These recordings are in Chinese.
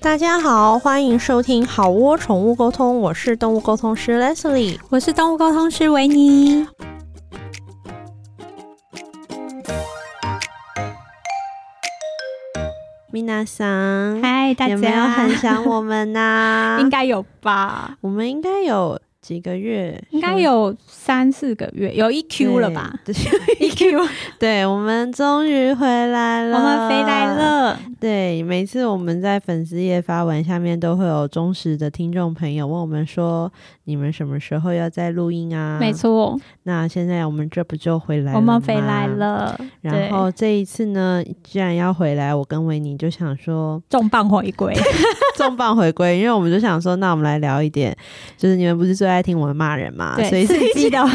大家好，欢迎收听好窝宠物沟通，我是动物沟通师 Leslie。我是动物沟通师维尼。 Mina 桑，嗨，大有没有家，很想我们呐、 应该有吧？我们应该有几个月，嗯应该有三四个月，有一 Q 了吧？对？ 一 Q，我 对，我们终于回来了，们回来。了。对，每次我们在粉丝页发文下面都会有忠实的听众朋友问我们说，你们什么时候要再录音啊？嗯没。错，那现在我们这不就回来了？我们回来。了。然后对这一次呢，既然要回来，我跟维尼就想说 重磅回归，重磅回归，因为我们就想说，那我们来聊一点，就是你们不是最爱听我们骂人嘛，所对，以这刺一激集的话，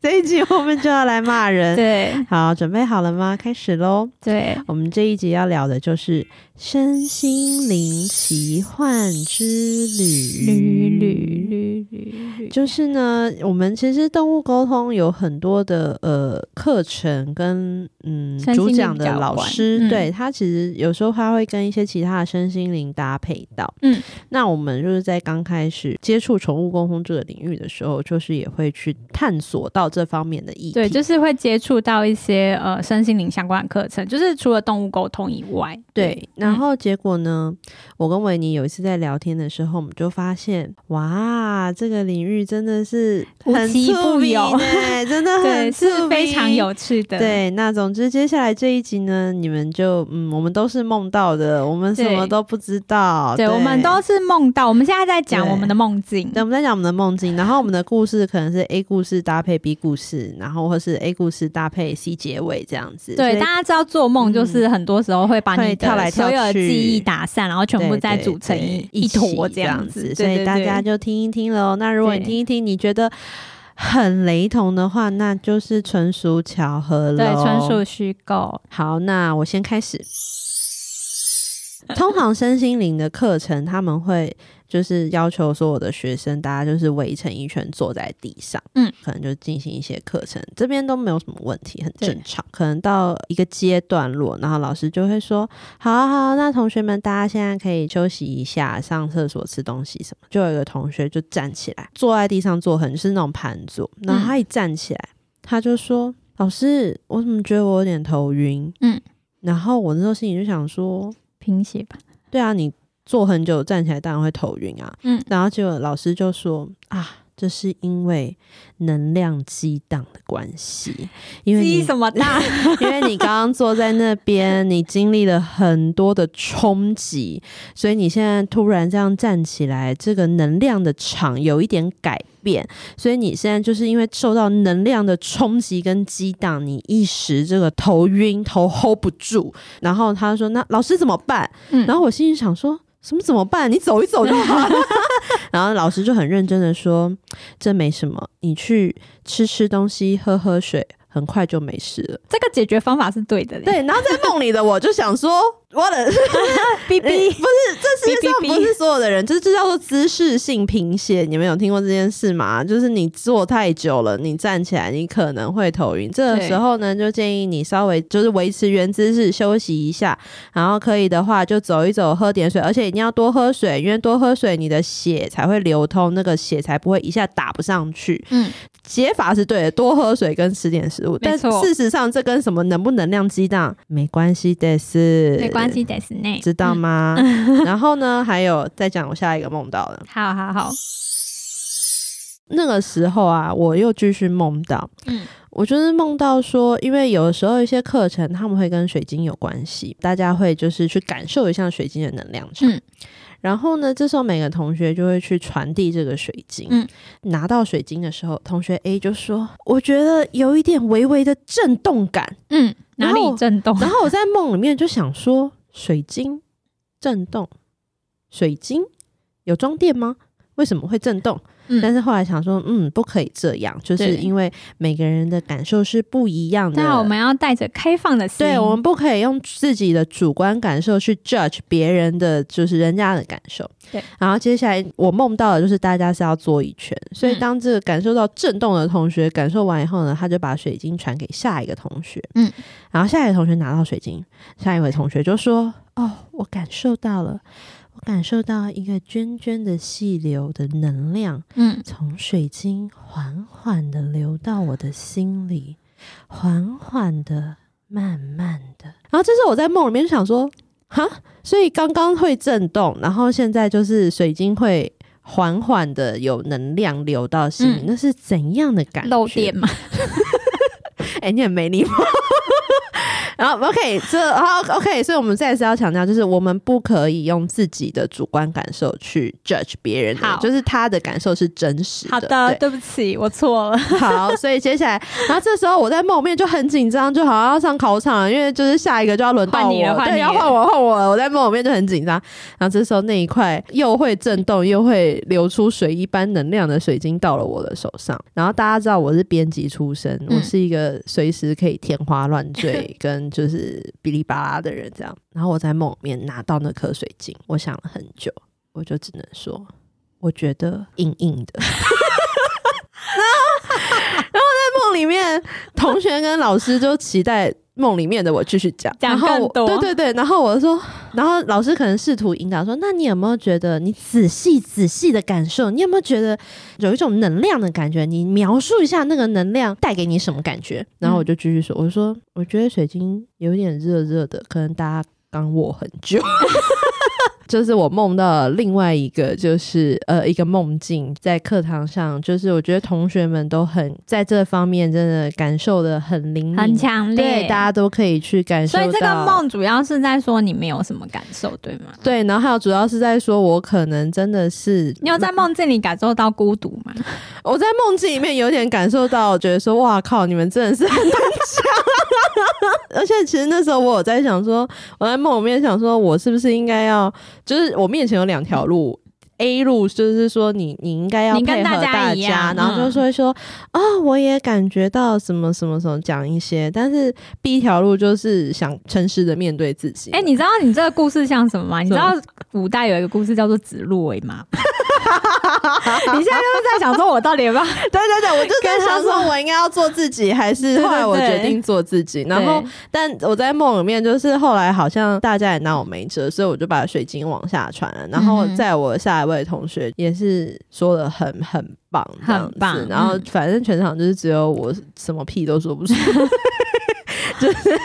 这一集我们就要来骂人。 对 好，准备好了吗？开始喽！对，我们这一集要聊的就是身心灵奇幻之旅。绿绿绿绿绿，就是呢，我们其实动物沟通有很多的呃课程跟嗯身心主灵讲的交老管师，嗯对他其实有时候他会跟一些其他的身心灵搭配到。嗯，那我们就是在刚开始接触宠物沟通这个领域的时候，就是也会去探索到这方面的议题。对，就是会接触到一些呃身心灵相关的课程，就是除了动物沟通以外，对，然后结果呢？我跟维尼有一次在聊天的时候，我们就发现，哇，这个领域真的是无很奇出不名有欸真的很对出是非名常有趣的，对，那总之接下来这一集呢，你们就嗯，我们都是梦到的，我们什么对都不知道。对，我们都是梦到，我们现在在讲对我们的梦境，对，我们在讲我们的梦境，然后我们的故事可能是 A 故事搭配 B 故事，然后或是 A 故事搭配 C 结尾这样子。所对，以嗯大家知道做梦就是很多时候会把会你跳来的跳所去有的记忆打散，然后全部对再对组成对一一坨起这样子，所对以对大对家就听一听喽。那如果你对听一听，你觉得很雷同的话，那就是纯属巧合了。对纯属虚构。好，那我先开始。 通常身心灵的课程，他们会就是要求所有的学生，大家就是围成一圈坐在地上，嗯，可能就进行一些课程，这边都没有什么问题，很对正常。可能到一个阶段落，然后老师就会说：“好啊好啊，那同学们，大家现在可以休息一下，上厕所、吃东西什么。”就有一个同学就站起来，坐在地上坐很，就是那种盘坐，然后他一站起来，他就说：“老师，我怎么觉得我有点头晕？”嗯，然后我那时候心里就想说，拼写吧，对啊，你坐很久站起来当然会头晕啊。嗯，然后结果老师就说啊，这是因为能量激荡的关系，因为记你什么大？ 因为你刚刚坐在那边，你经历了很多的冲击，所以你现在突然这样站起来，这个能量的场有一点改变，所以你现在就是因为受到能量的冲击跟激荡，你一时这个头晕，头 hold 不住。然后他说：“那老师怎么办？”嗯然后我心里想说。什么怎么办？你走一走就好了。 然后老师就很认真的说：“这没什么，你去吃吃东西，喝喝水，很快就没事了。”这个解决方法是对 的嘞。对，然后在梦里的我就想说，我的 哔不是哔，这世界上哔哔哔不是所有的人，这这叫做姿势性贫血。你们有听过这件事吗？就是你坐太久了，你站起来你可能会头晕。这个对时候呢，就建议你稍微就是维持原姿势休息一下，然后可以的话就走一走，喝点水，而且一定要多喝水，因为多喝水你的血才会流通，那个血才不会一下打不上去。 嗯，解法是对的，多喝水跟吃点食物，但错事实上这跟什么能不能量激荡没关系的是，没关，系，嗯得是内。知道吗？ 然后呢，还有再讲我下一个梦到了，好好 好，那个时候啊，我又继续梦到，嗯，我就是梦到说，因为有的时候一些课程他们会跟水晶有关系，大家会就是去感受一下水晶的能量场。嗯然后呢，这时候每个同学就会去传递这个水晶。嗯拿到水晶的时候，同学 A 就说：“我觉得有一点微微的震动 感。嗯，然哪后里震动？然后我在梦里面就想说，水晶震动，水晶有装电吗？为什么会震动？嗯但是后来想说，嗯，不可以这样，就是对因为每个人的感受是不一样的。那我们要带着开放的心，对，我们不可以用自己的主观感受去 judge 别人的，就是人家的感受。对，然后接下来我梦到的就是大家是要做一圈，所以嗯当这个感受到震动的同学感受完以后呢，他就把水晶传给下一个同学。嗯，然后下一个同学拿到水晶，下一位同学就说：“哦，我感受到了。”我感受到一个涓涓的细流的能量，嗯，从水晶缓缓的流到我的心里，缓缓的、慢慢的。然后这是我在梦里面想说，哈，所以刚刚会震动，然后现在就是水晶会缓缓的有能量流到心里，嗯那是怎样的感觉？漏电嘛，哎、你很没礼貌。 然后 OK，这好 OK，所以我们再次要强调，就是我们不可以用自己的主观感受去 judge 别人的好，就是他的感受是真实的。好的，对对不起，我错了。好 好，所以接下来，然后这时候我在梦里面就很紧张，就好像要上考场了，因为就是下一个就要轮到换你我了，换对，你要了换我，换我了。我在梦里面就很紧张，然后这时候那一块又会震动，又会流出水一般能量的水晶到了我的手上。然后大家知道我是编辑出身，嗯我是一个随时可以天花乱坠跟就是哔哩吧啦的人这样。然后我在梦里面拿到那颗水晶，我想了很久，我就只能说，我觉得硬硬的。 梦里面，同学跟老师就期待梦里面的我继续讲，讲然后我更多对对对，然后我就说，然后老师可能试图引导说，那你有没有觉得你仔细仔细的感受，你有没有觉得有一种能量的感觉？你描述一下那个能量带给你什么感觉？然后我就继续说，我就说我觉得水晶有点热热的，可能大家刚握很久。就是我梦到了另外一个，就是呃一个梦境，在课堂上，就是我觉得同学们都很在这方面真的感受的很灵敏，很强烈，嗯对，大家都可以去感受所到。以这个梦主要是在说你没有什么感受，对吗？对，然后还有主要是在说，我可能真的是你有在梦境里感受到孤独 吗？我在梦境里面有点感受到，觉得说哇靠，你们真的是很难 讲。而且其实那时候我有在想说，我在梦里面想说，我是不是应该要，就是我面前有两条路。A 路就是说你你应该要你跟配合大家大一家，样然后就嗯说说啊、我也感觉到什么什么什么讲一些，但是 B 条路就是想诚实的面对自己。哎、你知道你这个故事像什么吗？你知什道么古代有一个故事叫做指鹿为马。 你现在就是在想说，我到底有没 有？对对对，我就在跟他想说，我应该要做自己，还是后来我对对决对定做自己， 然后对但我在梦里面，就是后来好像大家也拿我没辙，所以我就把水晶往下传了。然后嗯哼在我下一位同学也是说的很很棒，这样很子。棒然后嗯反正全场就是只有我什么屁都说 不出，就是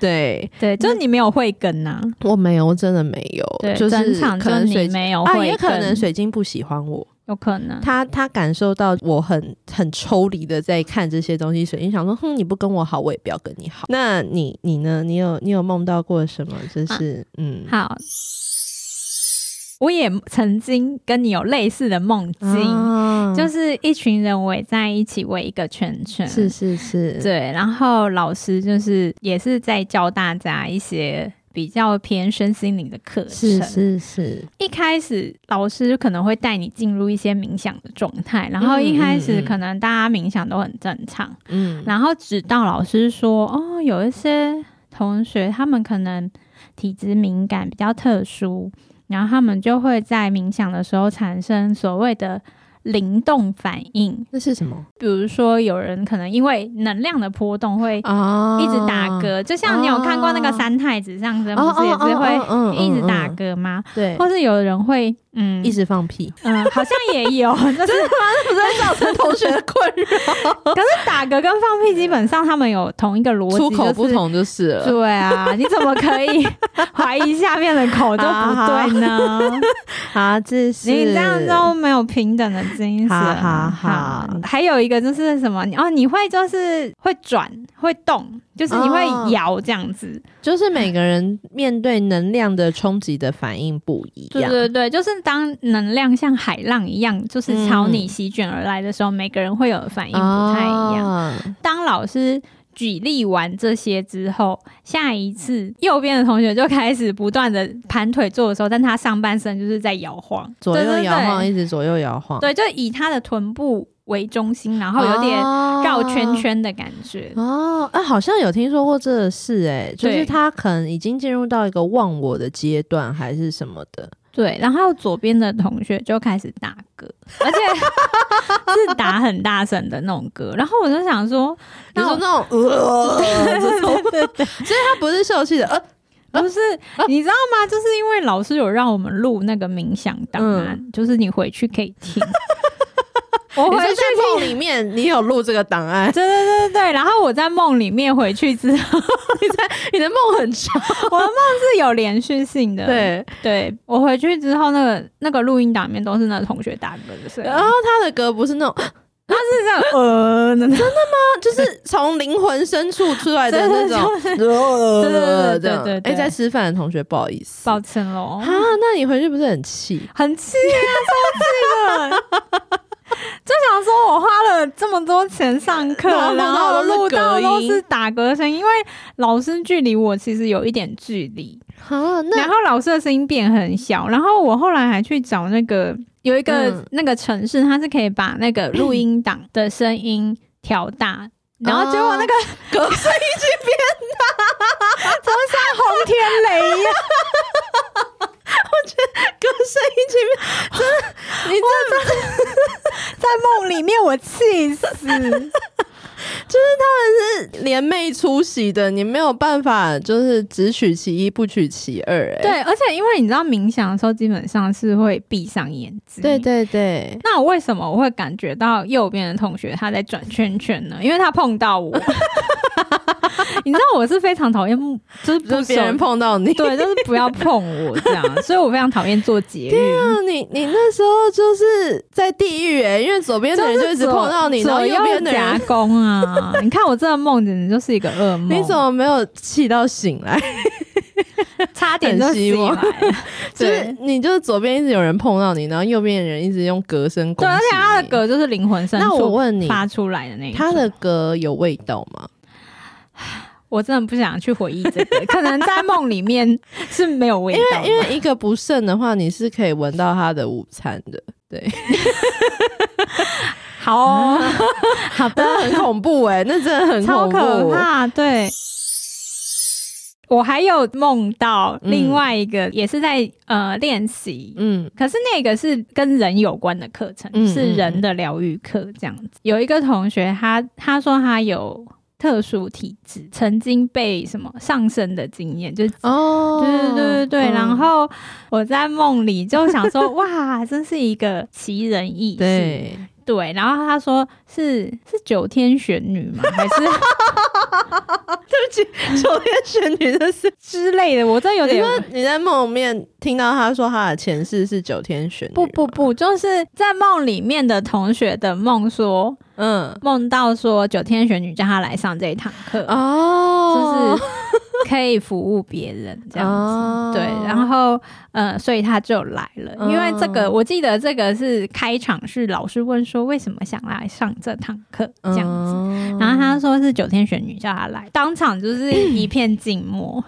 对对，就是你没有慧根呐、我没有，我真的没对，有，就是整场可就能水你晶没有慧啊，根，也可能水晶不喜欢我。有可能。他他感受到我很很抽离的在看这些东西，所以想说，哼，你不跟我好，我也不要跟你好。那你你呢？你有你有梦到过什么？啊就是、嗯，好，我也曾经跟你有类似的梦境，啊就是一群人围在一起围一个圈圈，是是是，对，然后老师就是也是在教大家一些比较偏身心灵的课程。是是是，一开始老师可能会带你进入一些冥想的状态，然后一开始嗯嗯嗯可能大家冥想都很正常，嗯，然后直到老师说哦，有一些同学他们可能体质敏感比较特殊，然后他们就会在冥想的时候产生所谓的灵动反应，那是什么比如说有人可能因为能量的波动会啊一直打嗝，就像你有看过那哦个三太子上身，不是也是会会一直打，嗝吗？嗯对，或是有人会嗯一直放屁，嗯，好像也 有，就是不是造成同学的困扰， 可是打嗝跟放屁基本上他们有同一个逻辑，出口不就是。同就是了。对啊，你怎么可以怀疑下面的口 就不对呢？啊，这 是你这样都没有平等的精神。啊好好好还有一个就是什么？哦，你会就是会转会动，就是你哦会摇这样子。就是每个人面对能量的冲击的反应不一对样。对对，就是当能量像海浪一样，就是朝嗯你席卷而来的时候，每个人会有的反应不太一样。啊当老师举例完这些之后，下一次右边的同学就开始不断的盘腿坐的时候，但他上半身就是在摇晃，左对右对摇晃，对一直左右摇晃，对，就以他的臀部为中心，然后有点绕圈圈的感觉。哦。哎、好像有听说过这个事、哎，就是对他可能已经进入到一个忘我的阶段，还是什么的。对，然后左边的同学就开始打嗝，而且 是打很大声的那种嗝。然后我就想说，比如那说我 那种呃，这种所以他不是受气的，呃，不是，你知道吗？就是因为老师有让我们录那个冥想档嗯案，就是你回去可以听。 我你回说去在梦里面，你有录这个档案，对对对对对，然后我在梦里面回去之后， 你的梦很长。我的梦是有连续性的。对，对，我回去之后，那个那个录音档里面都是那个同学打嗝的声音，然后他的歌不是那种， 是这样呃，真的就是从灵魂深处出来的那种。种，对对对对对对哎，在吃饭的同学，不好意思。抱歉喽啊，，那你回去不是很气？很气啊，超气的。 就想说，我花了这么多钱上课，然然后后录到录到都都是是打嗝声，因为老师距离我其实有一点距离，啊，然后老师的声音变很小，然后我后来还去找那个有一个、嗯那个城市，它是可以把那个录音档的声音调大，嗯然后结果那个 隔声轰天 雷一样，隔声音前面，真的，你这 在梦里面我气死。联袂出席的，你没有办法，就是只取其一不取其二、哎，对，而且因为你知道冥想的时候，基本上是会闭上眼睛。对。对对，那我为什么我会感觉到右边的同学他在转圈圈呢？因为他碰到我。 你知道我是非常讨厌目，就是不就是别熟人碰到你。对，就是不要碰我这样，所以我非常讨厌做节对育。啊，你你那时候就是在地狱哎、因为左边的人就一直碰到你，然后左右边的夹人，攻啊！你看我这个梦简直就是一个噩梦，你怎么没有气到醒 来？差点就很希醒望 来了？就是对你就是左边一直有人碰到你，然后右边的人一直用隔声攻对，而且击他的你。嗝就是灵魂深那我处问你，发出来的那一他种的歌有味道吗？我真的不想去回忆这个，可能在梦里面是没有味因道为的。因为一个不慎的话，你是可以闻到他的午餐的，好 哦、好的，那很恐怖哎、那真的很超恐怖，可怕，对。我还有梦到另外一个，也是在、呃练习，嗯可是那个是跟人有关的课程，嗯是人的疗愈课这样子。有一个同学他，他说他有特殊体质，曾经被什么上升的经验，就是。哦对对对对对，嗯然后我在梦里就想说，哇，真是一个奇人异事。 对，对然后他说是是九天玄女吗？还是九天玄女的啊事，之类的？我真的有你点说你在梦里面听到他说他的前世是九天玄女，不不，不，就是在梦里面的同学的梦说，嗯，梦到说九天玄女叫他来上这一堂课，哦，就是可以服务别人这样子。哦对，然后呃，所以他就来了，因为这个、嗯我记得这个是开场是老师问说为什么想来上这堂课哦这样子，子然后他说是九天玄女叫他来，当场就是一片 静默，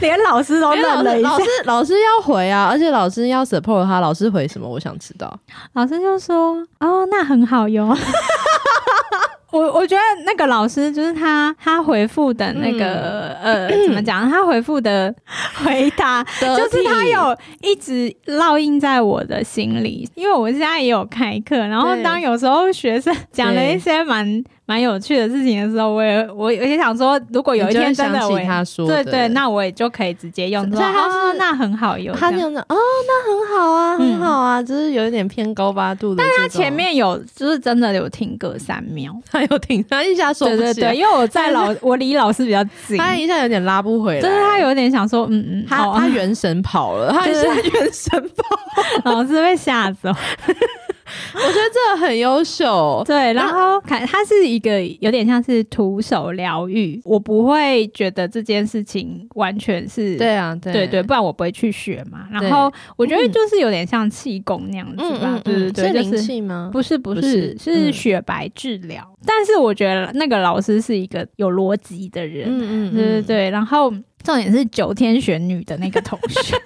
连老师都因为老愣了师 一下老，师老师要回啊，而且老师要 support 他，老师回什么？我想知 道。老师就说：“哦，那很好 哟。”我我觉得那个老师就是他，他回复的那个、嗯呃，怎么讲？他回复的回 答就是他有一直烙印在我的心里，因为我现在也有开课，然后对当有时候学生讲了一些蛮蛮有趣的事情的时候，我也我也我也想说，如果有一天真你的就会想我也起他说的对对，那我也就可以直接用说。所以他是哦那很好哟，他这样就那哦，那很好啊，很好啊，就是有一点偏高八度的这种。但他前面有就是真的有停个三秒。他有停，他一下说对不对起来对，，因为我 在老，我离老师比较近，他一下有点拉不回来。就是他有点想说，嗯嗯，他好他元神跑了，他一下元神跑， 老师被吓 走。我觉得这很优秀。对，然后看他是一个有点像是徒手疗愈，我不会觉得这件事情完全是。对啊，对对对，不然我不会去学嘛。然后我觉得就是有点像气功那样子嗯吧嗯，，对对是对，就灵是气吗？不是不不是是是嗯雪白治疗，但是我觉得那个老师是一个有逻辑的人，啊嗯对对，对，然后重点是九天玄女的那个同 学，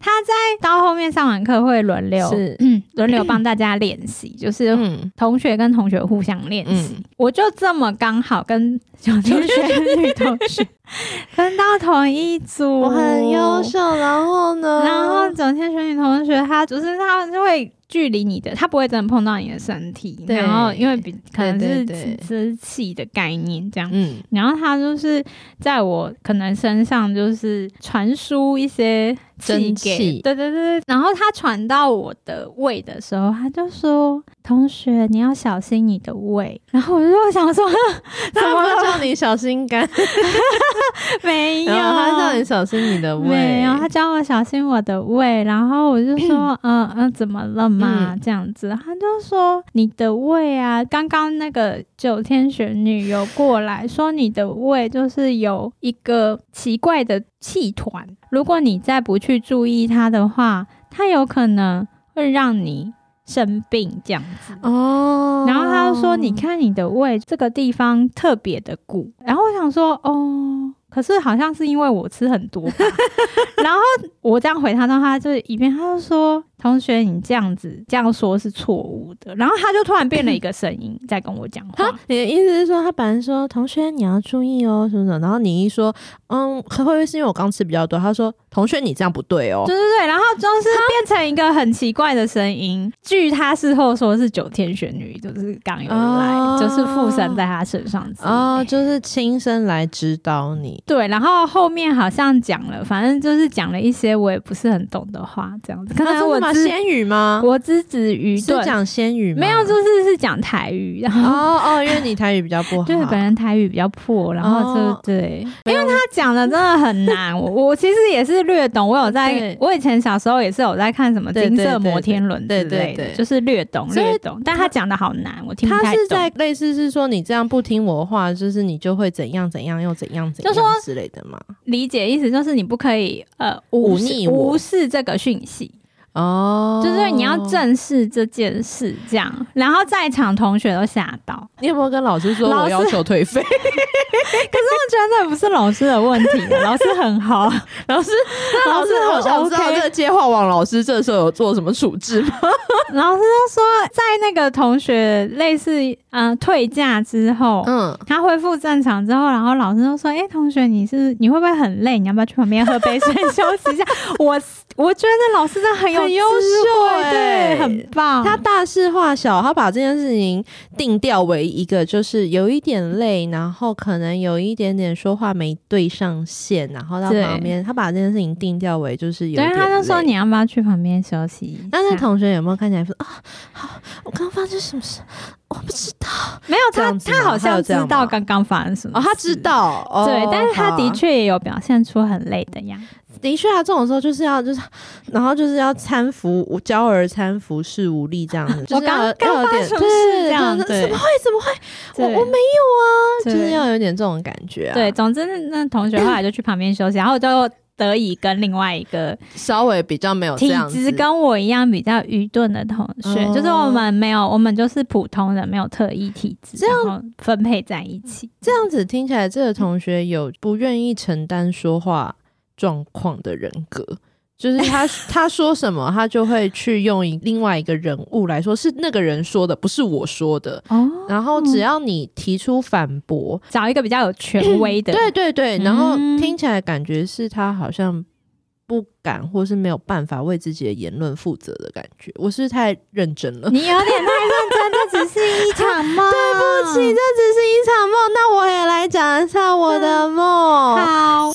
他在到后面上完课会轮流是嗯轮流帮大家练习，就是嗯，同学跟同学互相练习。嗯 我就这么刚好跟九天玄女同学分到同一组，我很优秀，然后呢？哦然后整天选你同学，他就是他就会距离你的，他不会真的碰到你的身体。对然后因为比可能对是对对支气的概念这样。嗯，然后他就是在我可能身上就是传输一些气真给，气对对对。对然后他传到我的胃的时候，他就说：“同学，你要小心你的胃。”然后我就想说：“ 怎 怎么么了叫你小心肝？没有，然后他叫你小心你的胃，没有，他教我小心我的胃，然后我就 说，嗯嗯、怎么了嗯嘛？这样子，他就说你的胃啊，刚刚那个九天玄女有过来说你的胃就是有一个奇怪的气团，如果你再不去注意它的话，它有可能会让你生病这样子。哦。然后他就说：“ 你看你的胃这个地方特别的鼓。”然后我想说：“哦，可是好像是因为我吃很多吧。” 然后我这样回他，然后他就一遍，他就说：“同学，你这样子这样说是错误的。”然后他就突然变了一个声音在跟我讲话哈。，你的意思是说，他本来说同学你要注意哦，什么什么，然后你一说，嗯，会不会是因为我刚吃比较多？他说同学你这样不对哦对，对对，然后就是变成一个很奇怪的声音。据他事后说，是九天玄女，就是刚有来，哦就是附身在他身上之类的哦，就是亲身来指导你。对，然后后面好像讲了，反正就是讲了一些我也不是很懂的话，这样子。可他能啊真我的吗？只仙语吗？我只止于是对，讲仙语吗？没 有，就是是讲台语，然后、哦哦，因为你台语比较不好。对本人台语比较破，然后就、哦对，因为他他讲的真的很难。我我其实也是略懂，我有在对，我以前小时候也是有在看什么对金对对色对摩天轮之对类的，对对就是略懂所以略懂，但他讲的好难，我听不他太是懂在。类似是说你这样不听我的话，就是你就会怎样怎样又怎样怎样就说之类的嘛。理解意思就是你不可以呃无忤视逆我无视这个讯息，哦，就是你要。正视这件事，这样，然后在场同学都吓到，你有没有跟老师说老我师要求退费？我觉得那不是老师的问题，啊 老师很好，老师，那 老师好老师想知道 OK 这个接话网老师这时候有做什么处置吗？老师就说在那个同学类似嗯、呃退假之后。嗯，他恢复正常之后，然后老师就说：“哎、同学，你是你会不会很累？你要不要去旁边喝杯水休息一下？” 我我觉得老师真的很有很优智秀慧欸对，很棒。他大事化小，他把这件事情定调为一个就是有一点累，然后可能有一点点说话没对上线，然后到对旁边，他把这件事情定调为就是有一对点，他就说：“累你要不要去旁边休息一下？”那那同学有没有看起来说啊？好，我刚刚发生什么事？我不知道。没有这他样，子他吗好他有像这知样吗道刚刚发生什 么哦，他事知道，哦、对，但是他好啊的确也有表现出很累的样子。的确啊，这种时候就是要就是，然后就是要搀扶无娇儿搀扶是无力这样子，就是刚要刚要有发点生什么对事这样就是对怎么会怎么会？对我我没有啊，对就是要有点这种感觉啊，对，，总之那那同学后来就去旁边休息，然后就得以跟另外一个稍微比较没哦有这体样质子。跟我一样比较愚钝的同学，哦就是我们没有，我们就是普通人，没有特异体质，这样然后分配在一起。这样子听起来，这个同学有不愿意承担说话状况的人格，就是 他他说什么，他就会去用一另外一个人物来说，是那个人说的，不是我说的。哦，然后只要你提出反驳，找一个比较有权威的，对对对，然后嗯听起来感觉是他好像不敢或是没有办法为自己的言论负责的感觉。我是不是太认真了。 你有点太认真，这只是一场梦。对对不起，这只是一场梦。那我也来讲一下我的梦，嗯好，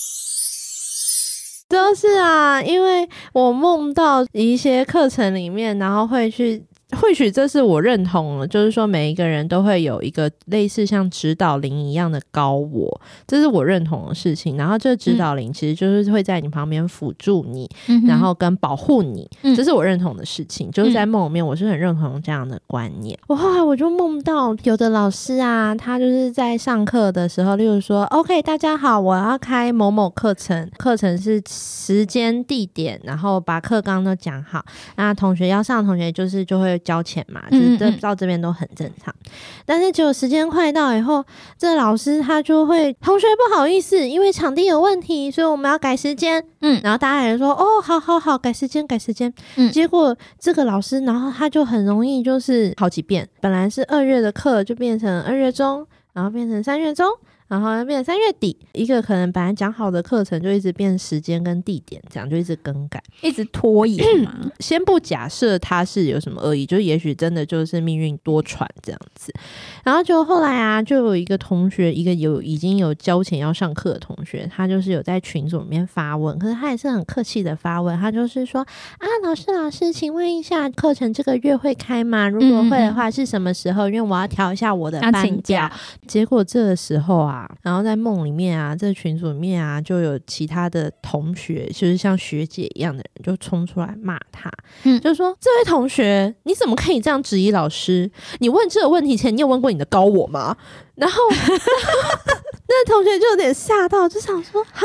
就是啊，因为我梦到一些课程里面，然后会去。或许这是我认同了，就是说每一个人都会有一个类似像指导灵一样的高我，这是我认同的事情。然后这个指导灵其实就是会在你旁边辅助你，嗯哼然后跟保护你，嗯这是我认同的事情。就是在梦里面，我是很认同这样的观念。嗯我后来我就梦到有的老师啊，他就是在上课的时候，例如说，OK，大家好，我要开某某课程，课程是时间、地点，然后把课纲都讲好。那同学要上，同学就是就会交钱嘛，就嗯是这嗯嗯到这边都很正常。但是只有时间快到以后，这老师他就会，同学不好意思，因为场地有问题，所以我们要改时间。嗯然后大家也说，哦，好好好，改时间，改时间。嗯结果这个老师，然后他就很容易就是好几遍，本来是二月的课，就变成二月中，然后变成三月中。然后变成三月底，一个可能本来讲好的课程就一直变时间跟地点，这样就一直更改。一直拖延 嘛。先不假设它是有什么恶意，就也许真的就是命运多舛这样子。然后就后来啊，就有一个同学，一个有已经有交钱要上课的同学，他就是有在群组里面发问，可是他也是很客气的发问，他就是说啊，老师老师，请问一下，课程这个月会开吗？如果会的话，是什么时候？因为我要调一下我的要班请表假。，结果这个时候啊，然后在梦里面啊，这群组里面啊，就有其他的同学，就是像学姐一样的人，就冲出来骂他，嗯就说：“这位同学，你怎么可以这样质疑老师？你问这个问题前，你有问过你的高我吗？”然后， 然后那同学就有点吓到，就想说：“哈，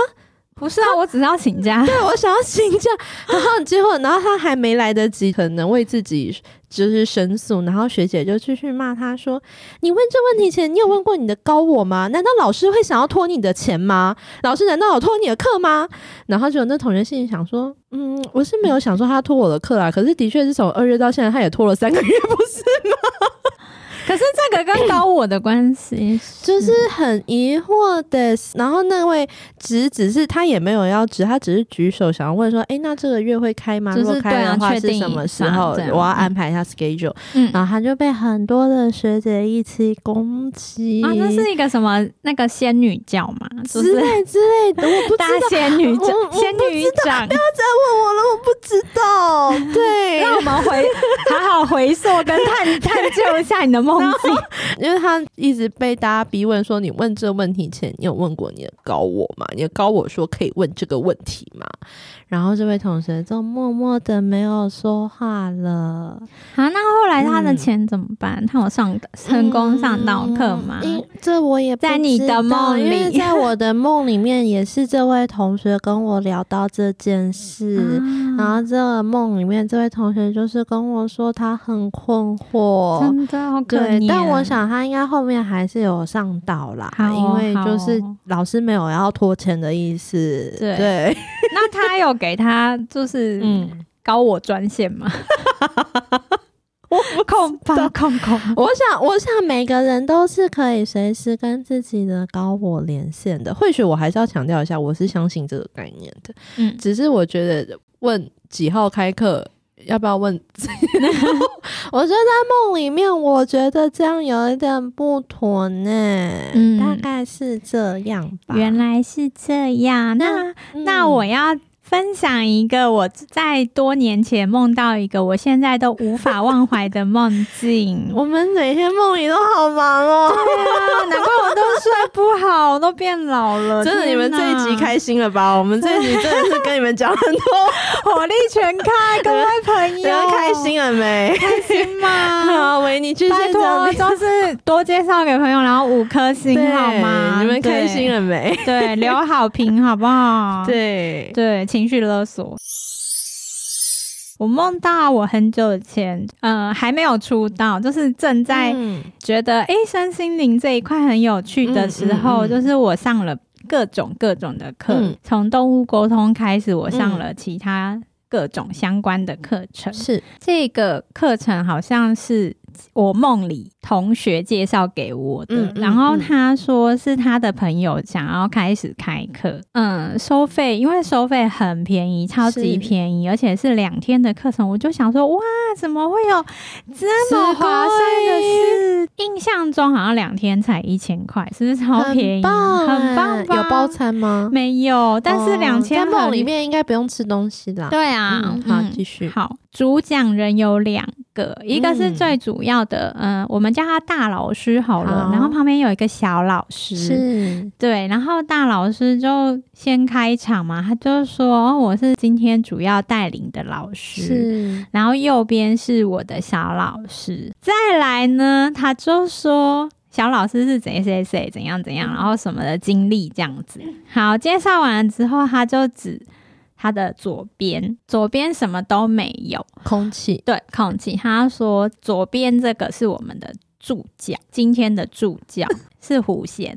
不是啊，我只是要请假。 对我想要请假。”然后结果，然后他还没来得及，可能为自己。就是申诉，然后学姐就继续骂他说：“你问这问题前，你有问过你的高我吗？ 难道老师会想要拖你的钱吗？老师难道有拖你的课吗？”然后就那同学心里想说：“嗯，我是没有想说他拖我的课啊啦，可是的确是从二月到现在，他也拖了三个月，不是？可是这个跟高我的关系是就是很疑惑的。然后那位只只是他也没有要指，他只是举手想要问说：‘诶，那这个月会开吗？就是如果开对啊的话确定是什么时候？这样我要安排一下 schedule。’嗯然后他就被很多的学姐一起攻击啊，那是一个什么那个仙女教嘛，就之是类之类的，我不知大道。仙女教我我、不仙女掌。再问我了，我不知道。 对，让我们回 好好回溯跟探探究一下你的梦 境。因为他一直被大家逼问说：“你问这问题前，你有问过你的高我吗？你的高我说可以问这个问题吗？”然后这位同学就默默的没有说话了。啊，那后来他的钱怎么办？他有上成功上到课吗？嗯因这我也不在你的知道梦里因为在我的梦里面也是这位同学跟我聊到这件事。然啊后这个梦里面，这位同学就是跟我说他很困惑，真的好可嗯哦对怜。，但我想他应该后面还是有上到啦，啊好哦因为就是好哦老师没有要拖钱的意思，对那他有给他就是嗯。高我专线吗？我控吧控控， 我想，我想每个人都是可以随时跟自己的高我连线的。或许我还是要强调一下，我是相信这个概念的，嗯，只是我觉得问几号开课，要不要问自己？ 我觉得在梦里面，我觉得这样有一点不妥呢。嗯大概是这样吧。原来是这样。那嗯那我要分享一个我在多年前梦到一个我现在都无法忘怀的梦 境。我们每天梦里都好忙哦。哇难怪我都睡不好，我都变老了。真的，你们这一集开心了 吧？我们这一集真的是跟你们讲很多，火力全开，各位朋你友，们开心了没？开 心吗？好，维尼继续啊拜讲托，。就是多介绍给朋友，然后五颗星对好吗？你们开心了，了没？对，留好评好 不好？对，对，情绪勒索。我梦到我很久前，呃，还没有出道，就是正在嗯觉得诶，身心灵这一块很有趣的时嗯候，嗯嗯就是我上了各种各种的课，嗯从动物沟通开始，我上了其他各种相关的课程。是这个课程好像是我梦里同学介绍给我的，嗯嗯然后嗯他说是他的朋友想要开始开课，嗯，收费，因为收费很便宜，超级是便宜，而且是两天的课程，我就想说，哇，怎么会有这么划算的事？印象中好像两天才一千块，是不是超便很宜？棒，欸很棒吧，有包餐吗？没有？但是哦两千在梦里，面应该不用吃东西啦。对啊，嗯，好，嗯继续。好，主讲人有两个，一个是嗯最主要的，嗯、我们叫他大老师好了，好然后旁边有一个小老师，是，对，然后大老师就先开场嘛，他就说、哦我是今天主要带领的老师。是，然后右边是我的小老师，再来呢，他就说小老师是谁谁谁怎样怎样，嗯然后什么的经历这样子。好，介绍完了之后，他就指他的左边，左边什么都没有，空气。对，空气。他说左边这个是我们的助教，今天的助教是狐仙，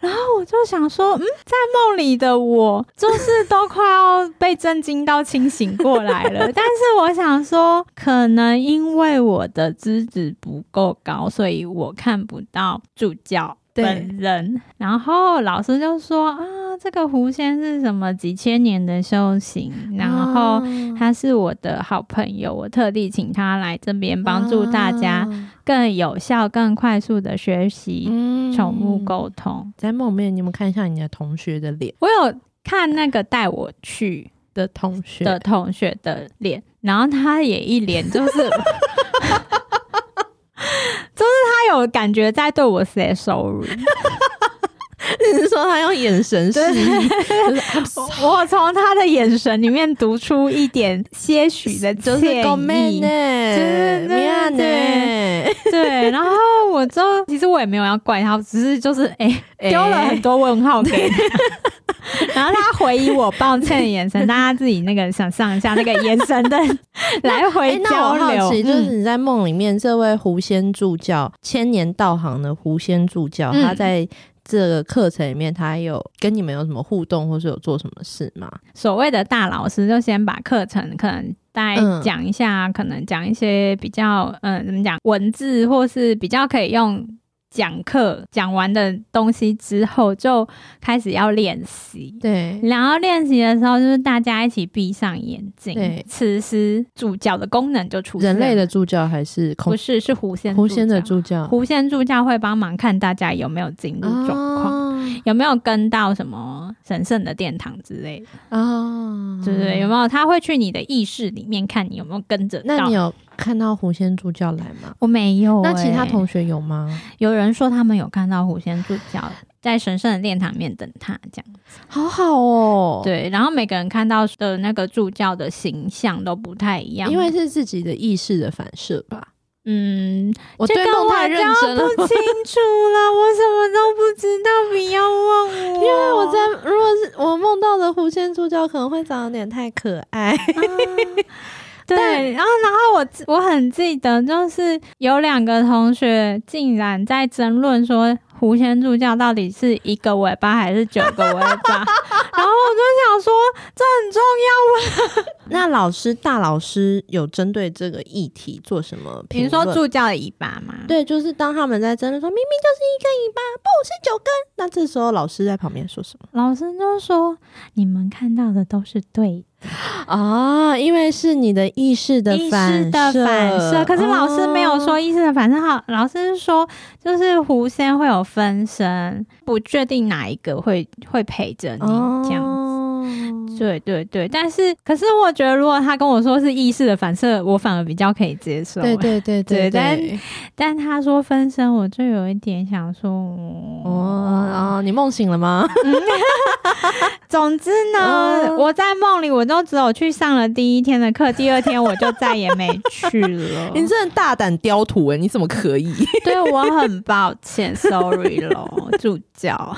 然后我就想说，嗯，在梦里的我就是都快要被震惊到清醒过来了， 但是我想说，可能因为我的资质不够高，所以我看不到助教。对本人，然后老师就说啊，这个狐仙是什么几千年的修行，然后啊哦嗯他是我的好朋友，我特地请他来这边帮助大啊家更有效、更快速的学习宠物。啊嗯沟通。在梦里面，你有没有看一下你的同学的脸我有看那个带我去的 同学？的同学的脸，然后他也一脸就是 ，就是他有感觉在对我 say sorry。你是说他用眼 神示意？就是 I'm 我从他的眼神里面读出一点些许的 就是歉够 man 意呢，啊对对面呢， 对，然后我就其实我也没有要怪他，只是就是哎。丢了很哎多问号 给他。然后他回以我抱歉的眼神，大家自己那个想象一下那个眼神 的来哎回那交我流。好奇，就嗯是你在梦里面，这位狐仙助教，千年道行的狐仙助教，嗯他在这个课程里面，他有跟你们有什么互动，或是有做什么事吗？所谓的大老师，就先把课程可能大概嗯讲一下，可能讲一些比较嗯怎么讲文字，或是比较可以用讲课讲完的东西之后，就开始要练习。对，然后练习的时候，就是大家一起闭上眼睛对，此时主角的功能就出现人了类的助教还是不孔是，是狐仙狐仙的助助教教，？狐仙助教会帮忙看大家有没有进入状啊况。有没有跟到什么神圣的殿堂之类的，啊，对不对？有没有？他会去你的意识里面看你有没有跟着到。那你有看到狐仙助教来吗？我没有欸、那其他同学有吗？有人说他们有看到狐仙助教在神圣的殿堂里面等他，这样好好哦，，对。然后每个人看到的那个助教的形象都不太一样，因为是自己的意识的反射吧。嗯，我这对个梦我太认就真了 不清楚了，我什么都不知道，不要问我，因为我在，如果是我梦到的狐仙助教，可能会长得有点太可爱。啊对，然后然后我记我很记得，就是有两个同学竟然在争论说狐仙助教到底是一个尾巴还是九个尾巴， 然后我就想说这很重要。 那老师大老师有针对这个议题做什么评你论？说助教的尾巴吗？，对，就是当他们在争论说明明就是一根尾巴，不是九根，那这时候老师在旁边说什么老师就说你们看到的都是对啊？因为是你的意识的意反哦识的反射，可是老师没有说意识的反射，好，老师是说就是狐仙会有分身，不确定哪一个会会陪着你哦这样。样对对对，但是可是我觉得，如果他跟我说是意识的反射，我反而比较可以接受。对对对对但对，但他说分身，我就有一点想说，哦，哦，你梦醒了吗？总之呢，哦。我在梦里我都只有去上了第一天的课，第二天我就再也没去 了 你真的大胆雕图哎，你怎么可以？ 对我很抱歉，sorry 咯，助教，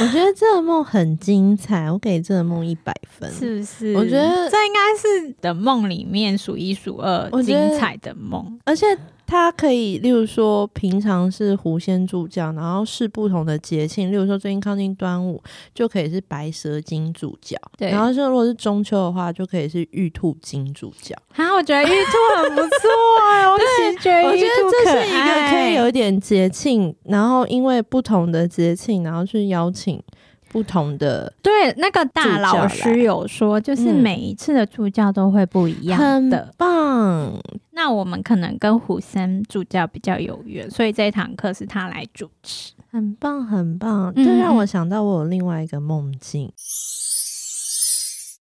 我觉得这个梦很精彩，我给这个梦一百分。 是不是？我觉得这应该是的梦里面数一数二我觉得精彩的梦。而且它可以，例如说，平常是狐仙助教，然后是不同的节庆，例如说最近靠近端午，就可以是白蛇精助教，对然后就如果是中秋的话，就可以是玉兔精助教。啊，我觉得玉兔很不错啊哎、我其实觉 得我玉觉兔得可这是一个可以爱有一点节庆，然后因为不同的节庆，然后去邀请不同的，对那个大老助教师来有说，就是嗯每一次的助教都会不一样很的。棒。那我们可能跟虎森助教比较有缘，所以这一堂课是他来主持。很棒，很棒，嗯这让我想到我有另外一个梦境，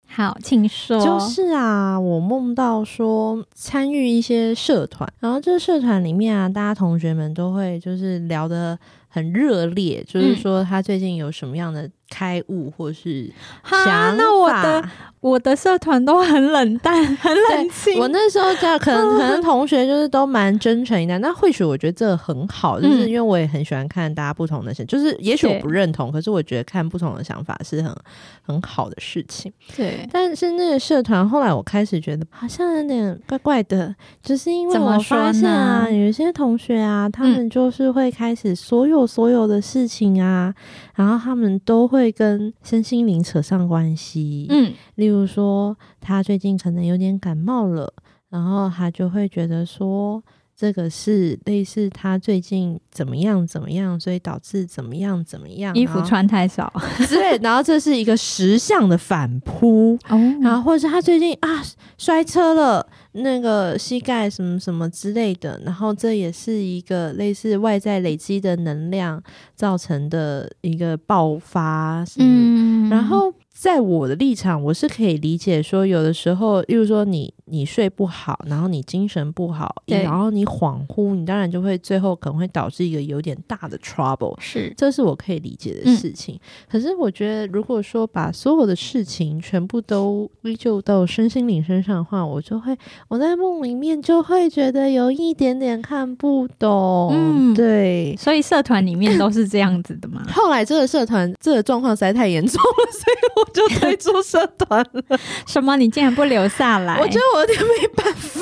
好，请说。就是啊，我梦到说参与一些社团，然后这社团里面啊，大家同学们都会就是聊得很热烈，就是嗯说他最近有什么样的开悟或是想哈，法。那我的我的社团都很冷淡，很冷清。我那时候这样，可能可能同学就是都蛮真诚一点。那或许我觉得这很好，就是嗯因为我也很喜欢看大家不同的想，就是也许我对不认同，可是我觉得看不同的想法是很很好的事情。对，但是那个社团后来我开始觉得好像有点怪怪的，就是因为怎么我发现啊，说嗯有一些同学啊，他们就是会开始所有所有的事情啊，然后他们都会跟身心灵扯上关系。嗯，例如说，他最近可能有点感冒了，然后他就会觉得说，这个是类似他最近怎么样怎么样，所以导致怎么样怎么样，啊衣服然后穿太少 之类的，然后这是一个实相的反扑。 哦，然后或者是他最近啊摔车了，那个膝盖什么什么之类的，然后这也是一个类似外在累积的能量造成的一个爆发什么嗯，然后在我的立场，我是可以理解说，有的时候，例如说你你睡不好，然后你精神不好，对然后你恍惚，你当然就会最后可能会导致一个有点大的 trouble。是这是我可以理解嗯的事情，可是我觉得，如果说把所有的事情全部都归咎到身心灵身上的话，我就会我在梦里面就会觉得有一点点看不懂，嗯对，。所以社团里面都是这样子的嘛 后来这个社团这个状况实在太严重了，所以我就退出社团了。什么？你竟然不留下 来？我觉得我有点没办法。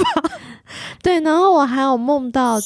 对，然后我还有梦到。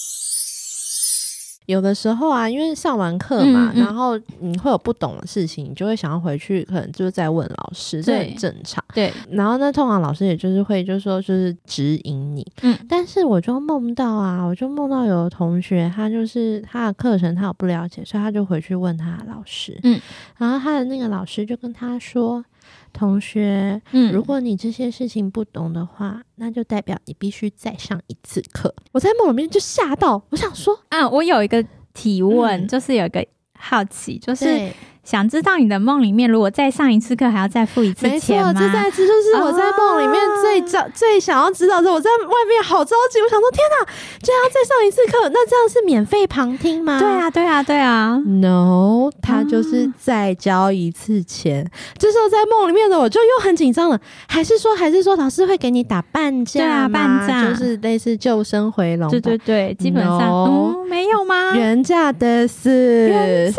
有的时候啊，因为上完课嘛，嗯嗯然后你会有不懂的事情，你就会想要回去，可能就是在问老师，这对很正常。对，然后呢，通常老师也就是会就说就是指引你，嗯但是我就梦到啊，我就梦到有同学他就是他的课程他有不了解，所以他就回去问他的老师，嗯，然后他的那个老师就跟他说，同学，嗯如果你这些事情不懂的话，那就代表你必须再上一次课。我在梦里面就吓到，我想说，啊，我有一个提问，嗯就是有一个好奇，就是对，想知道你的梦里面，如果再上一次课，还要再付一次没错钱，吗？这在这啊就是我在梦里面最啊着、最想要知道的。我在外面好着急，我想说，天哪，这样要再上一次课，那这样是免费旁听吗？对啊，对啊，对啊， No，他就是再交一次钱。这时候在梦里面的我就又很紧张了，还是说还是说老师会给你打半价对啊吗半价就是类似救生回笼吧，对对对，基本上， No 嗯，没有吗？原价的是原价，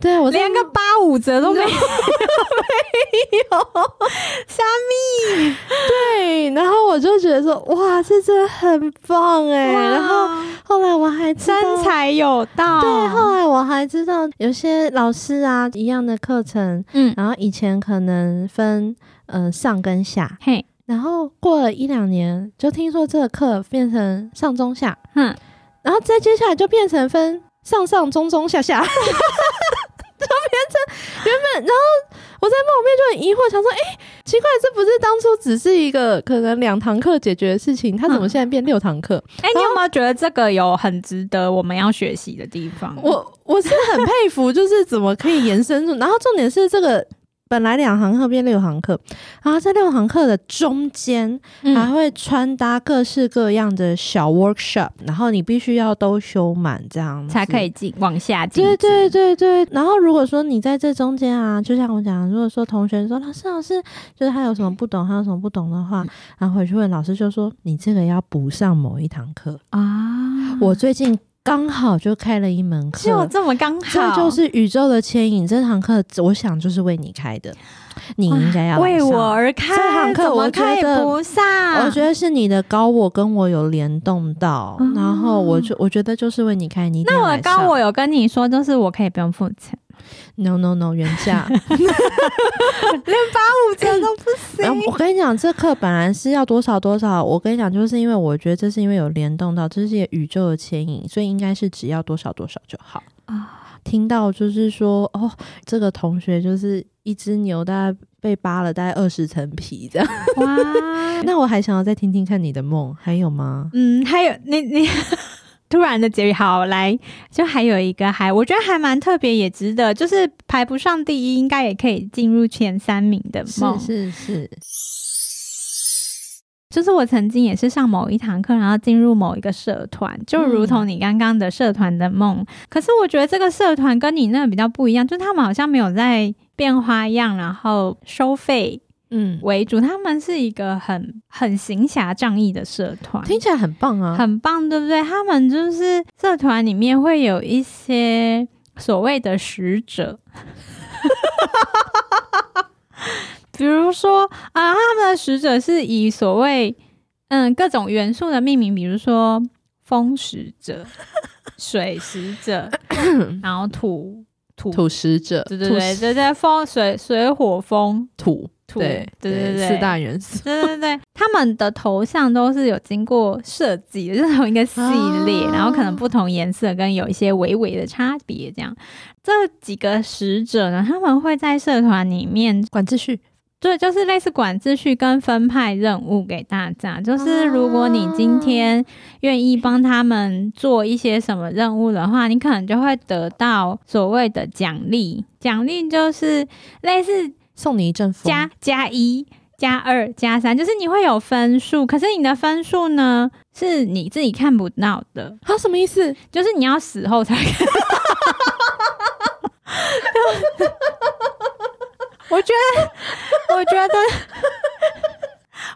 对我在连个八五折都没有，啊对，然后我就觉得说，哇，这真的很棒哎、哇然后后来我还知道身材有到，对，后来我还知道有些老师啊，一样的课程，嗯，然后以前可能分呃上跟下，嘿，然后过了一两年，就听说这个课变成上中下，哼，然后再接下来就变成分上上中中下 下，就变成原本，然后我在梦里面就很疑惑，想说，哎、奇怪，这不是当初只是一个可能两堂课解决的事情，它怎么嗯现在变六堂课？哎、你有没有觉得这个有很值得我们要学习的地方？我我是很佩服，就是怎么可以延伸出。 然后重点是这个本来两行课变六行课，然后在六行课的中间还嗯，会穿搭各式各样的小 workshop，然后你必须要都修满这样子才可。以进往下进，对对对对，然后如果说你在这中间啊，就像我讲，如果说同学说老师老师，就是他有什么不懂，他有什么不懂的嗯话，然后回去问老师，就说你这个要补上某一堂课。啊，我最近刚好就开了一门课，就这么刚好，这就是宇宙的牵引。这堂课我想就是为你开的，你应该要来啊为上我。啊而开，这堂课怎么我觉可以得不上？我觉得是你的高我跟我有联动到，哦然后我就我觉得就是为你开，你一定那要我来的高上我有跟你说，就是我可以不用付钱， no no no 原价。 付钱都不然后我跟你讲，这课本来是要多少多少，我跟你讲，就是因为我觉得这是因为有联动到，这是一个宇宙的牵引，所以应该是只要多少多少就好。啊，听到就是说，哦，这个同学就是一只牛，大概被扒了大概二十层皮这样。哇，那我还想要再听听看你的梦，还有吗？嗯，还有你你 突然的结语，好来，就还有一个还我觉得还蛮特别，也值得，就是排不上第一，应该也可以进入前三名的梦。是是，就是我曾经也是上某一堂课，然后进入某一个社团，就如同你刚刚的社团的梦。可是我觉得这个社团跟你那个比较不一样，就是他们好像没有在变花样，然后收费嗯，为主，他们是一个很很行侠仗义的社团。听起来很棒啊，很棒，对不对？他们就是社团里面会有一些所谓的使者， 比如说啊，他们的使者是以所谓嗯各种元素的命名，比如说风使 者、水使 者，然后土土土食者，对对对土对对风水水火风土，土对对对对四大元素，对对对，他们的头像都是有经过设计的，就是同一个系列，啊然后可能不同颜色跟有一些微微的差别，这样。这几个使者呢，他们会在社团里面，管秩序，对，就是类似管秩序跟分派任务给大家。就是如果你今天愿意帮他们做一些什么任务的话，你可能就会得到所谓的奖励。奖励就是类似送你一阵风，加加一、加二、加三，就是你会有分数，可是你的分数呢是你自己看不到的，啊什么意思？就是你要死后才 看。我觉得，我觉得，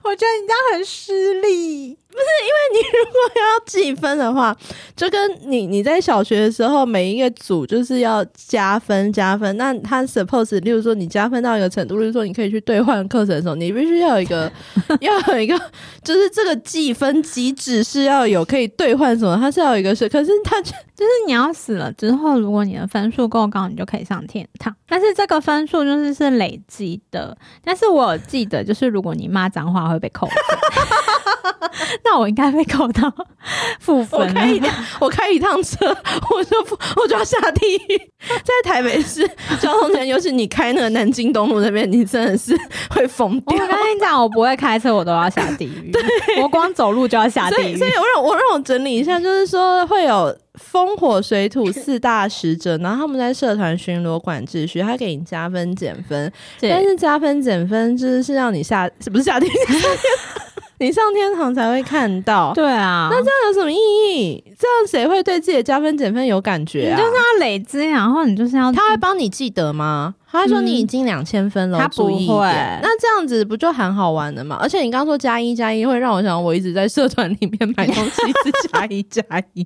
我觉得你这样很失礼。要计分的话，就跟你你在小学的时候，每一个组就是要加分加分。那他 suppose，例如说你加分到一个程度，例如说你可以去兑换课程的时候，你必须要有一个要有一个，就是这个计分机制是要有可以兑换什么，它是要有一个是，可是他就就是你要死了之后，如果你的分数够高，你就可以上天堂。但是这个分数就是是累积的。但是我有记得，就是如果你骂脏话会被扣分， 那我应该被扣到负我分了开一辆我开一趟车，我就不我就要下地狱。在台北市交通前，尤其你开那个南京东路那边，你真的是会疯我掉。跟你讲，我不会开车，我都要下 地狱。我光走路就要下所地以，狱所。以我让我让我整理一下，就是说会有风火水 土四大使者，然后他们在社团巡逻管秩序，他给你加分减分，但对是加分减分就是是让你下，是不是下天堂？ 你上天堂才会看到，对啊，那这样那有什么意义？这样谁会对自己的加分减分有感觉啊？要累积，然后你就是要他会帮你记得吗？他说嗯你已经两千分了，他注意一不会点那这样子不就很好玩了吗？而且你刚说加一加一，会让我想我一直在社团里面买东西是加一加 一。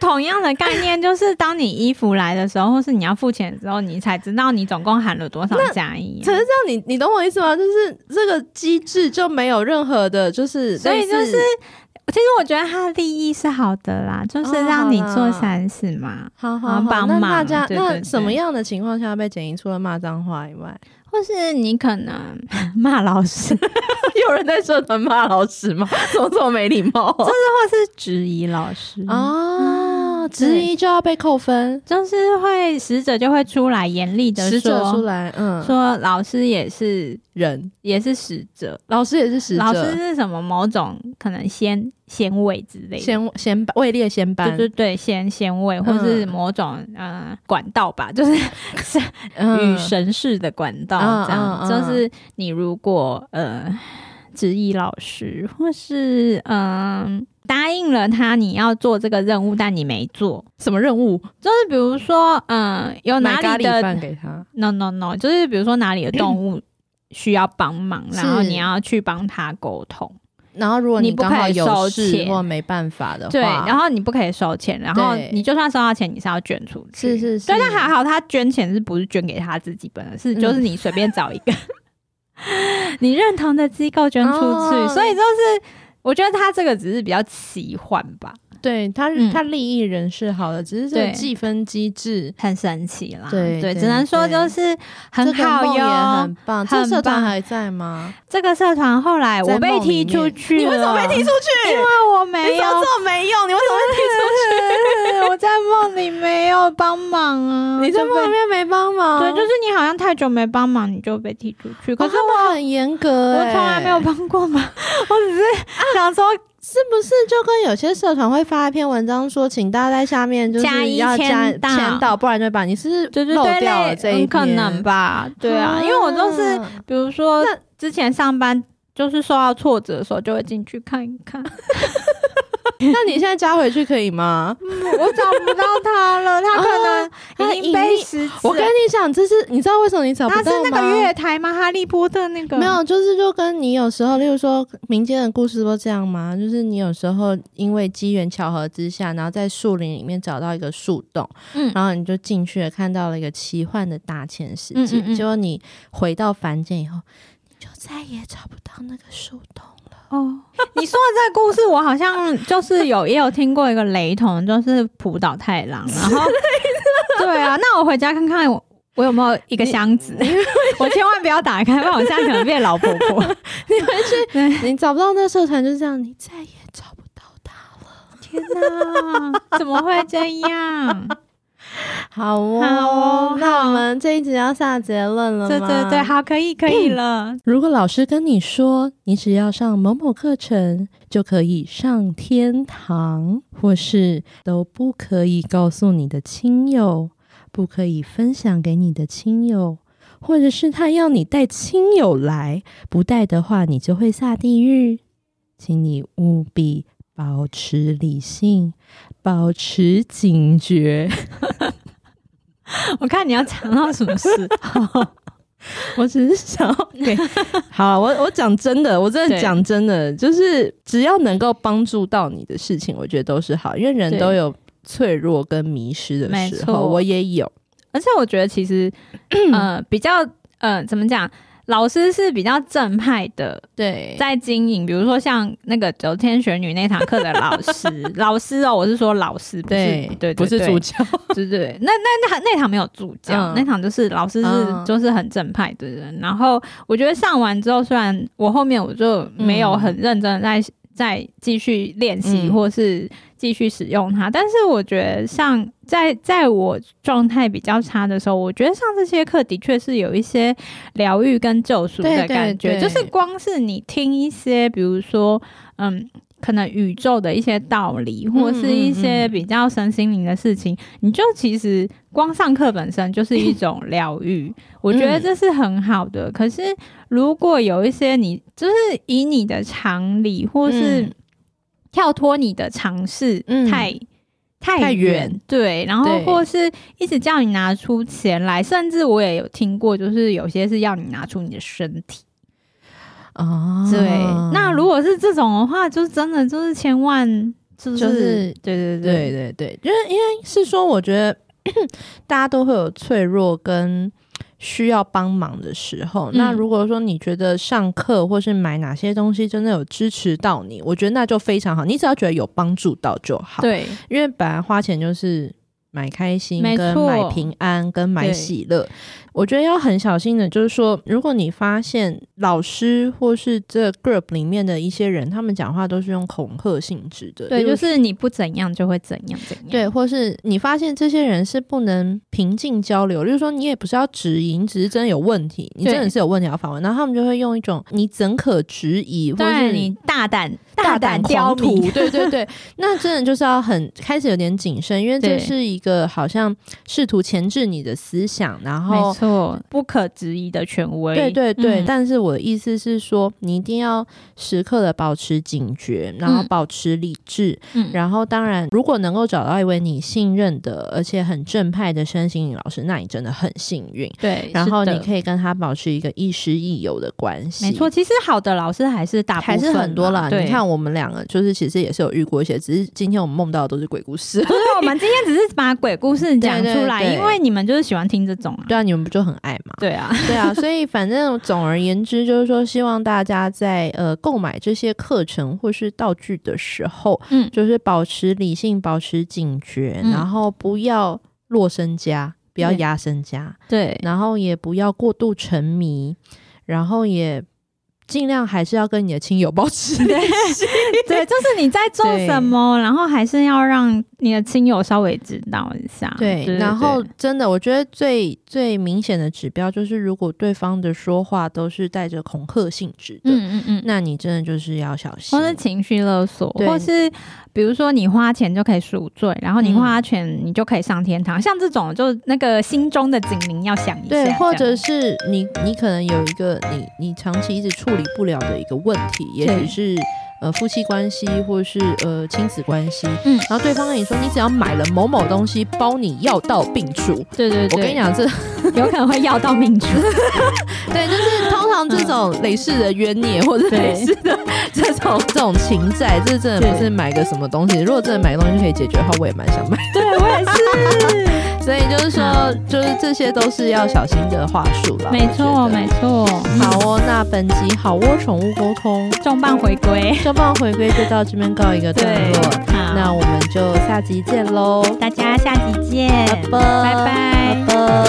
同样的概念，就是当你衣服来的时候，或是你要付钱的时候，你才知道你总共含了多少加一、啊可是这样你，你懂我意思吗？就是这个机制就没有任何的，就是所以就是类似其实我觉得他的利益是好的啦，就是哦让你好啦做善事嘛，好好好帮那忙大家对对那对什么样的情况下被检疫？除了骂脏话以外， 或是你可能骂老 师，或有人在社团骂老师吗？ 怎么这么没礼貌啊？是质疑老师啊，啊，嗯质疑就要被扣分，就是会使者就会出来严厉的使者出说，来，嗯，说老师也是人也是使者，老师也是使者，老师是什么某种可能先先位之类的。先先位列先班，对对对，先先位，或是某种呃管道吧， 就是与嗯神似的管道，嗯这样、嗯嗯就是你如果呃质疑老师，或是嗯、答应了他你要做这个任务，但你没做，什么任务？就是比如说嗯、有买哪咖里喱的饭给他？ no no no，就是比如说哪里的 动物需要帮忙，然后是你要去帮他沟通，然后如果你不刚好可以有收事钱或没办法的话，对，然后你不可以收钱，然后对你就算收到钱，你是要捐出去，是是是，对，但还好他捐钱是不是捐给他自己本人？是嗯就是你随便 找一个你认同的机构捐出去，哦所以就是我觉得他这个只是比较奇幻吧，对他嗯他利益人是好的，只是这个对计分机制。很神奇啦。对对只能说就是很这个好梦也哟很。棒。这很社团棒还在 吗？这个社团后来我被踢出去了，你为什么被踢出？去？因为我没你怎有么，这么没用？你为什么会踢我在梦里没有帮忙啊。 出去？你在就被梦里面没帮忙？对，就是你好像太久没帮忙，你就被踢出去。可可是是我很严格，欸我从来没有帮过忙， 我只是想说是不是就跟有些社团会发一篇文章说，请大家在下面就是加一要加签到签到，不然就把你是不是对对漏对，掉了类这一啊很可能吧？啊吧，对啊，因为我都是啊比如说那之前上班就是受到挫折的时候，就会进去看一看。 那你现在加回去可以吗？我找不到他 了，哦他可能已经被识字我跟你讲，这是你知道为什么你找不他到是吗？那个月台吗？哈利波特那个没有，就是就跟你有时候，例如说民间的故事都这样嘛，就是你有时候因为机缘巧合之下，然后在树林里面找到一个树洞，嗯然后你就进去了，看到了一个奇幻的大千世界，嗯嗯嗯结果你回到凡间以后，你就再也找不到那个树洞了。 哦。你说的这个故事，我好像就是有也有听过一个雷同，就是浦岛太郎，然 后对啊，那我回家看看我。我有没有一个箱子？我千万不要打开，不然我现在可能变老婆婆。你找不到那社团就是这样，你再也找不到它了。 天哪，怎么会这 样？好哦，好哦那我们这一集要下结论了吗？对对对，好，可以可以了。如果老师跟你说，你只要上某某课程就可以上天堂，或是都不可以告诉你的亲友，不可以分享给你的亲友，或者是他要你带亲友来，不带的话你就会下地狱，请你务必保持理性，保持警觉。 我看你要讲到什 么事？我只是想要给，好啊、我我讲真的，我真的对讲真的，就是只要能够帮助到你的事情，我觉得都是好，因为人对都有脆弱跟迷失的没时错候，我也有，而且我觉得其实，呃，比较呃，怎么讲？老师是比较正派的，对在经营，比如说像那个九天玄女那堂课的老 师，老师哦，我是说老师，不是对对，不是对主角，对对对，那那那那堂没有助教，嗯那堂就是老师是、嗯就是很正派的人。然后我觉得上完之后，虽然我后面我就没有很认真的在、在继续练习嗯或是继续使用它，但是我觉得上在在我状态比较差的时候，我觉得上这些课的确是有一些疗愈跟救赎对的对感对觉，就是光是你听一些，比如说嗯。可能宇宙的一些道理，或是一嗯些比较身心灵的事情，你就其实光上课本身就是一种疗愈，我觉嗯得这是很好的。可是如果有一些你就是以你的常理，或是嗯跳脱你的尝试、嗯太。太太远远，对，然后对或是一直叫你拿出钱来，甚至我也有听过，就是有些是要你拿出你的身体。哦 对，那如果是这种的话，就是真的就是千万就是、就是对对对对对，就是因为是说，我觉得 大家都会有脆弱跟需要帮忙的时候。那嗯如果说你觉得上课或是买哪些东西真的有支持到你，我觉得那就非常好。你只要觉得有帮助到就好。，对，因为本来花钱就是。买开心，没跟错买平安，跟买对喜乐，我觉得要很小心的。就是说，如果你发现老师或是这 group 里面的一些人，他们讲话都是用恐吓性质的，对，例如就是你不怎样就会怎样怎样。对，或是你发现这些人是不能平静交流，就是说你也不是要质疑，你只是真的有问题，你真的对是有问题要反问，然后他们就会用一种你怎可质疑，或对是你大胆大胆胆刁狂徒民，，对 对 对，那真的就是要很开始有点谨慎，因为这对是一个好像试图钳制你的思想，然没后。错，不可质疑的权威。对对对，嗯但是我的意思是说，你一定要时刻的保持警觉，然后嗯保持理智，嗯然后，当然，如果能够找到一位你信任的，而且很正派的身心灵老师，那你真的很幸运。对，然是后你的可以跟他保持一个亦师亦友的关系，没错，。其实好的老师还是大部还分是很多啦，嘛对你看我们两个就是其实也是有遇过一些，只是今天我们梦到的都是鬼故 事。啊不是我 们今天只是把鬼故事讲对对出来，对因为你们就是喜欢听这种啊。对啊，你们不就很爱吗？对啊，对啊，所以反正总而言之，就是说，希望大家在呃购买这些课程或是道具的时候，嗯就是保持理性，保持警觉，嗯然后不要落身家，不要对压身家，对然后也不要过度沉迷，然后也尽量还是要跟你的亲友保持 联系。 对，就是你在做对什么，然后还是要让你的亲友稍微知道一下。对，然后真的，我觉得最最明显的指标就是，如果对方的说话都是带着恐吓性质的，嗯嗯嗯，那你真的就是要小心或。是情绪勒索，对或是比如说你花钱就可以赎罪，然后你嗯花钱你就可以上天堂，像这种就是那个心中的警铃要响一下，对，或这者样是你你可能有一个你你长期一直处理不了的一个问题，也对许是呃夫妻关系，或是呃亲子关系，嗯然后对方跟你说你只要买了某某东西，包你药到病除。对对对，我跟你，讲，这有可能会要到 命中。对，就是通常这种类似的冤孽或者对类似的这种这种情债，这真的不是买个什么东西。如果真的买个东西可以解决的话，我也蛮想买。对我也是，所以就是说，就是这些都是要小心的话术啦。嗯没我错觉得没错，好哦，那本集好窝宠物沟通重磅回归，重磅回归就到这边告一个段对落，，好那我们就下集见喽，大家下集见，拜拜拜拜拜拜。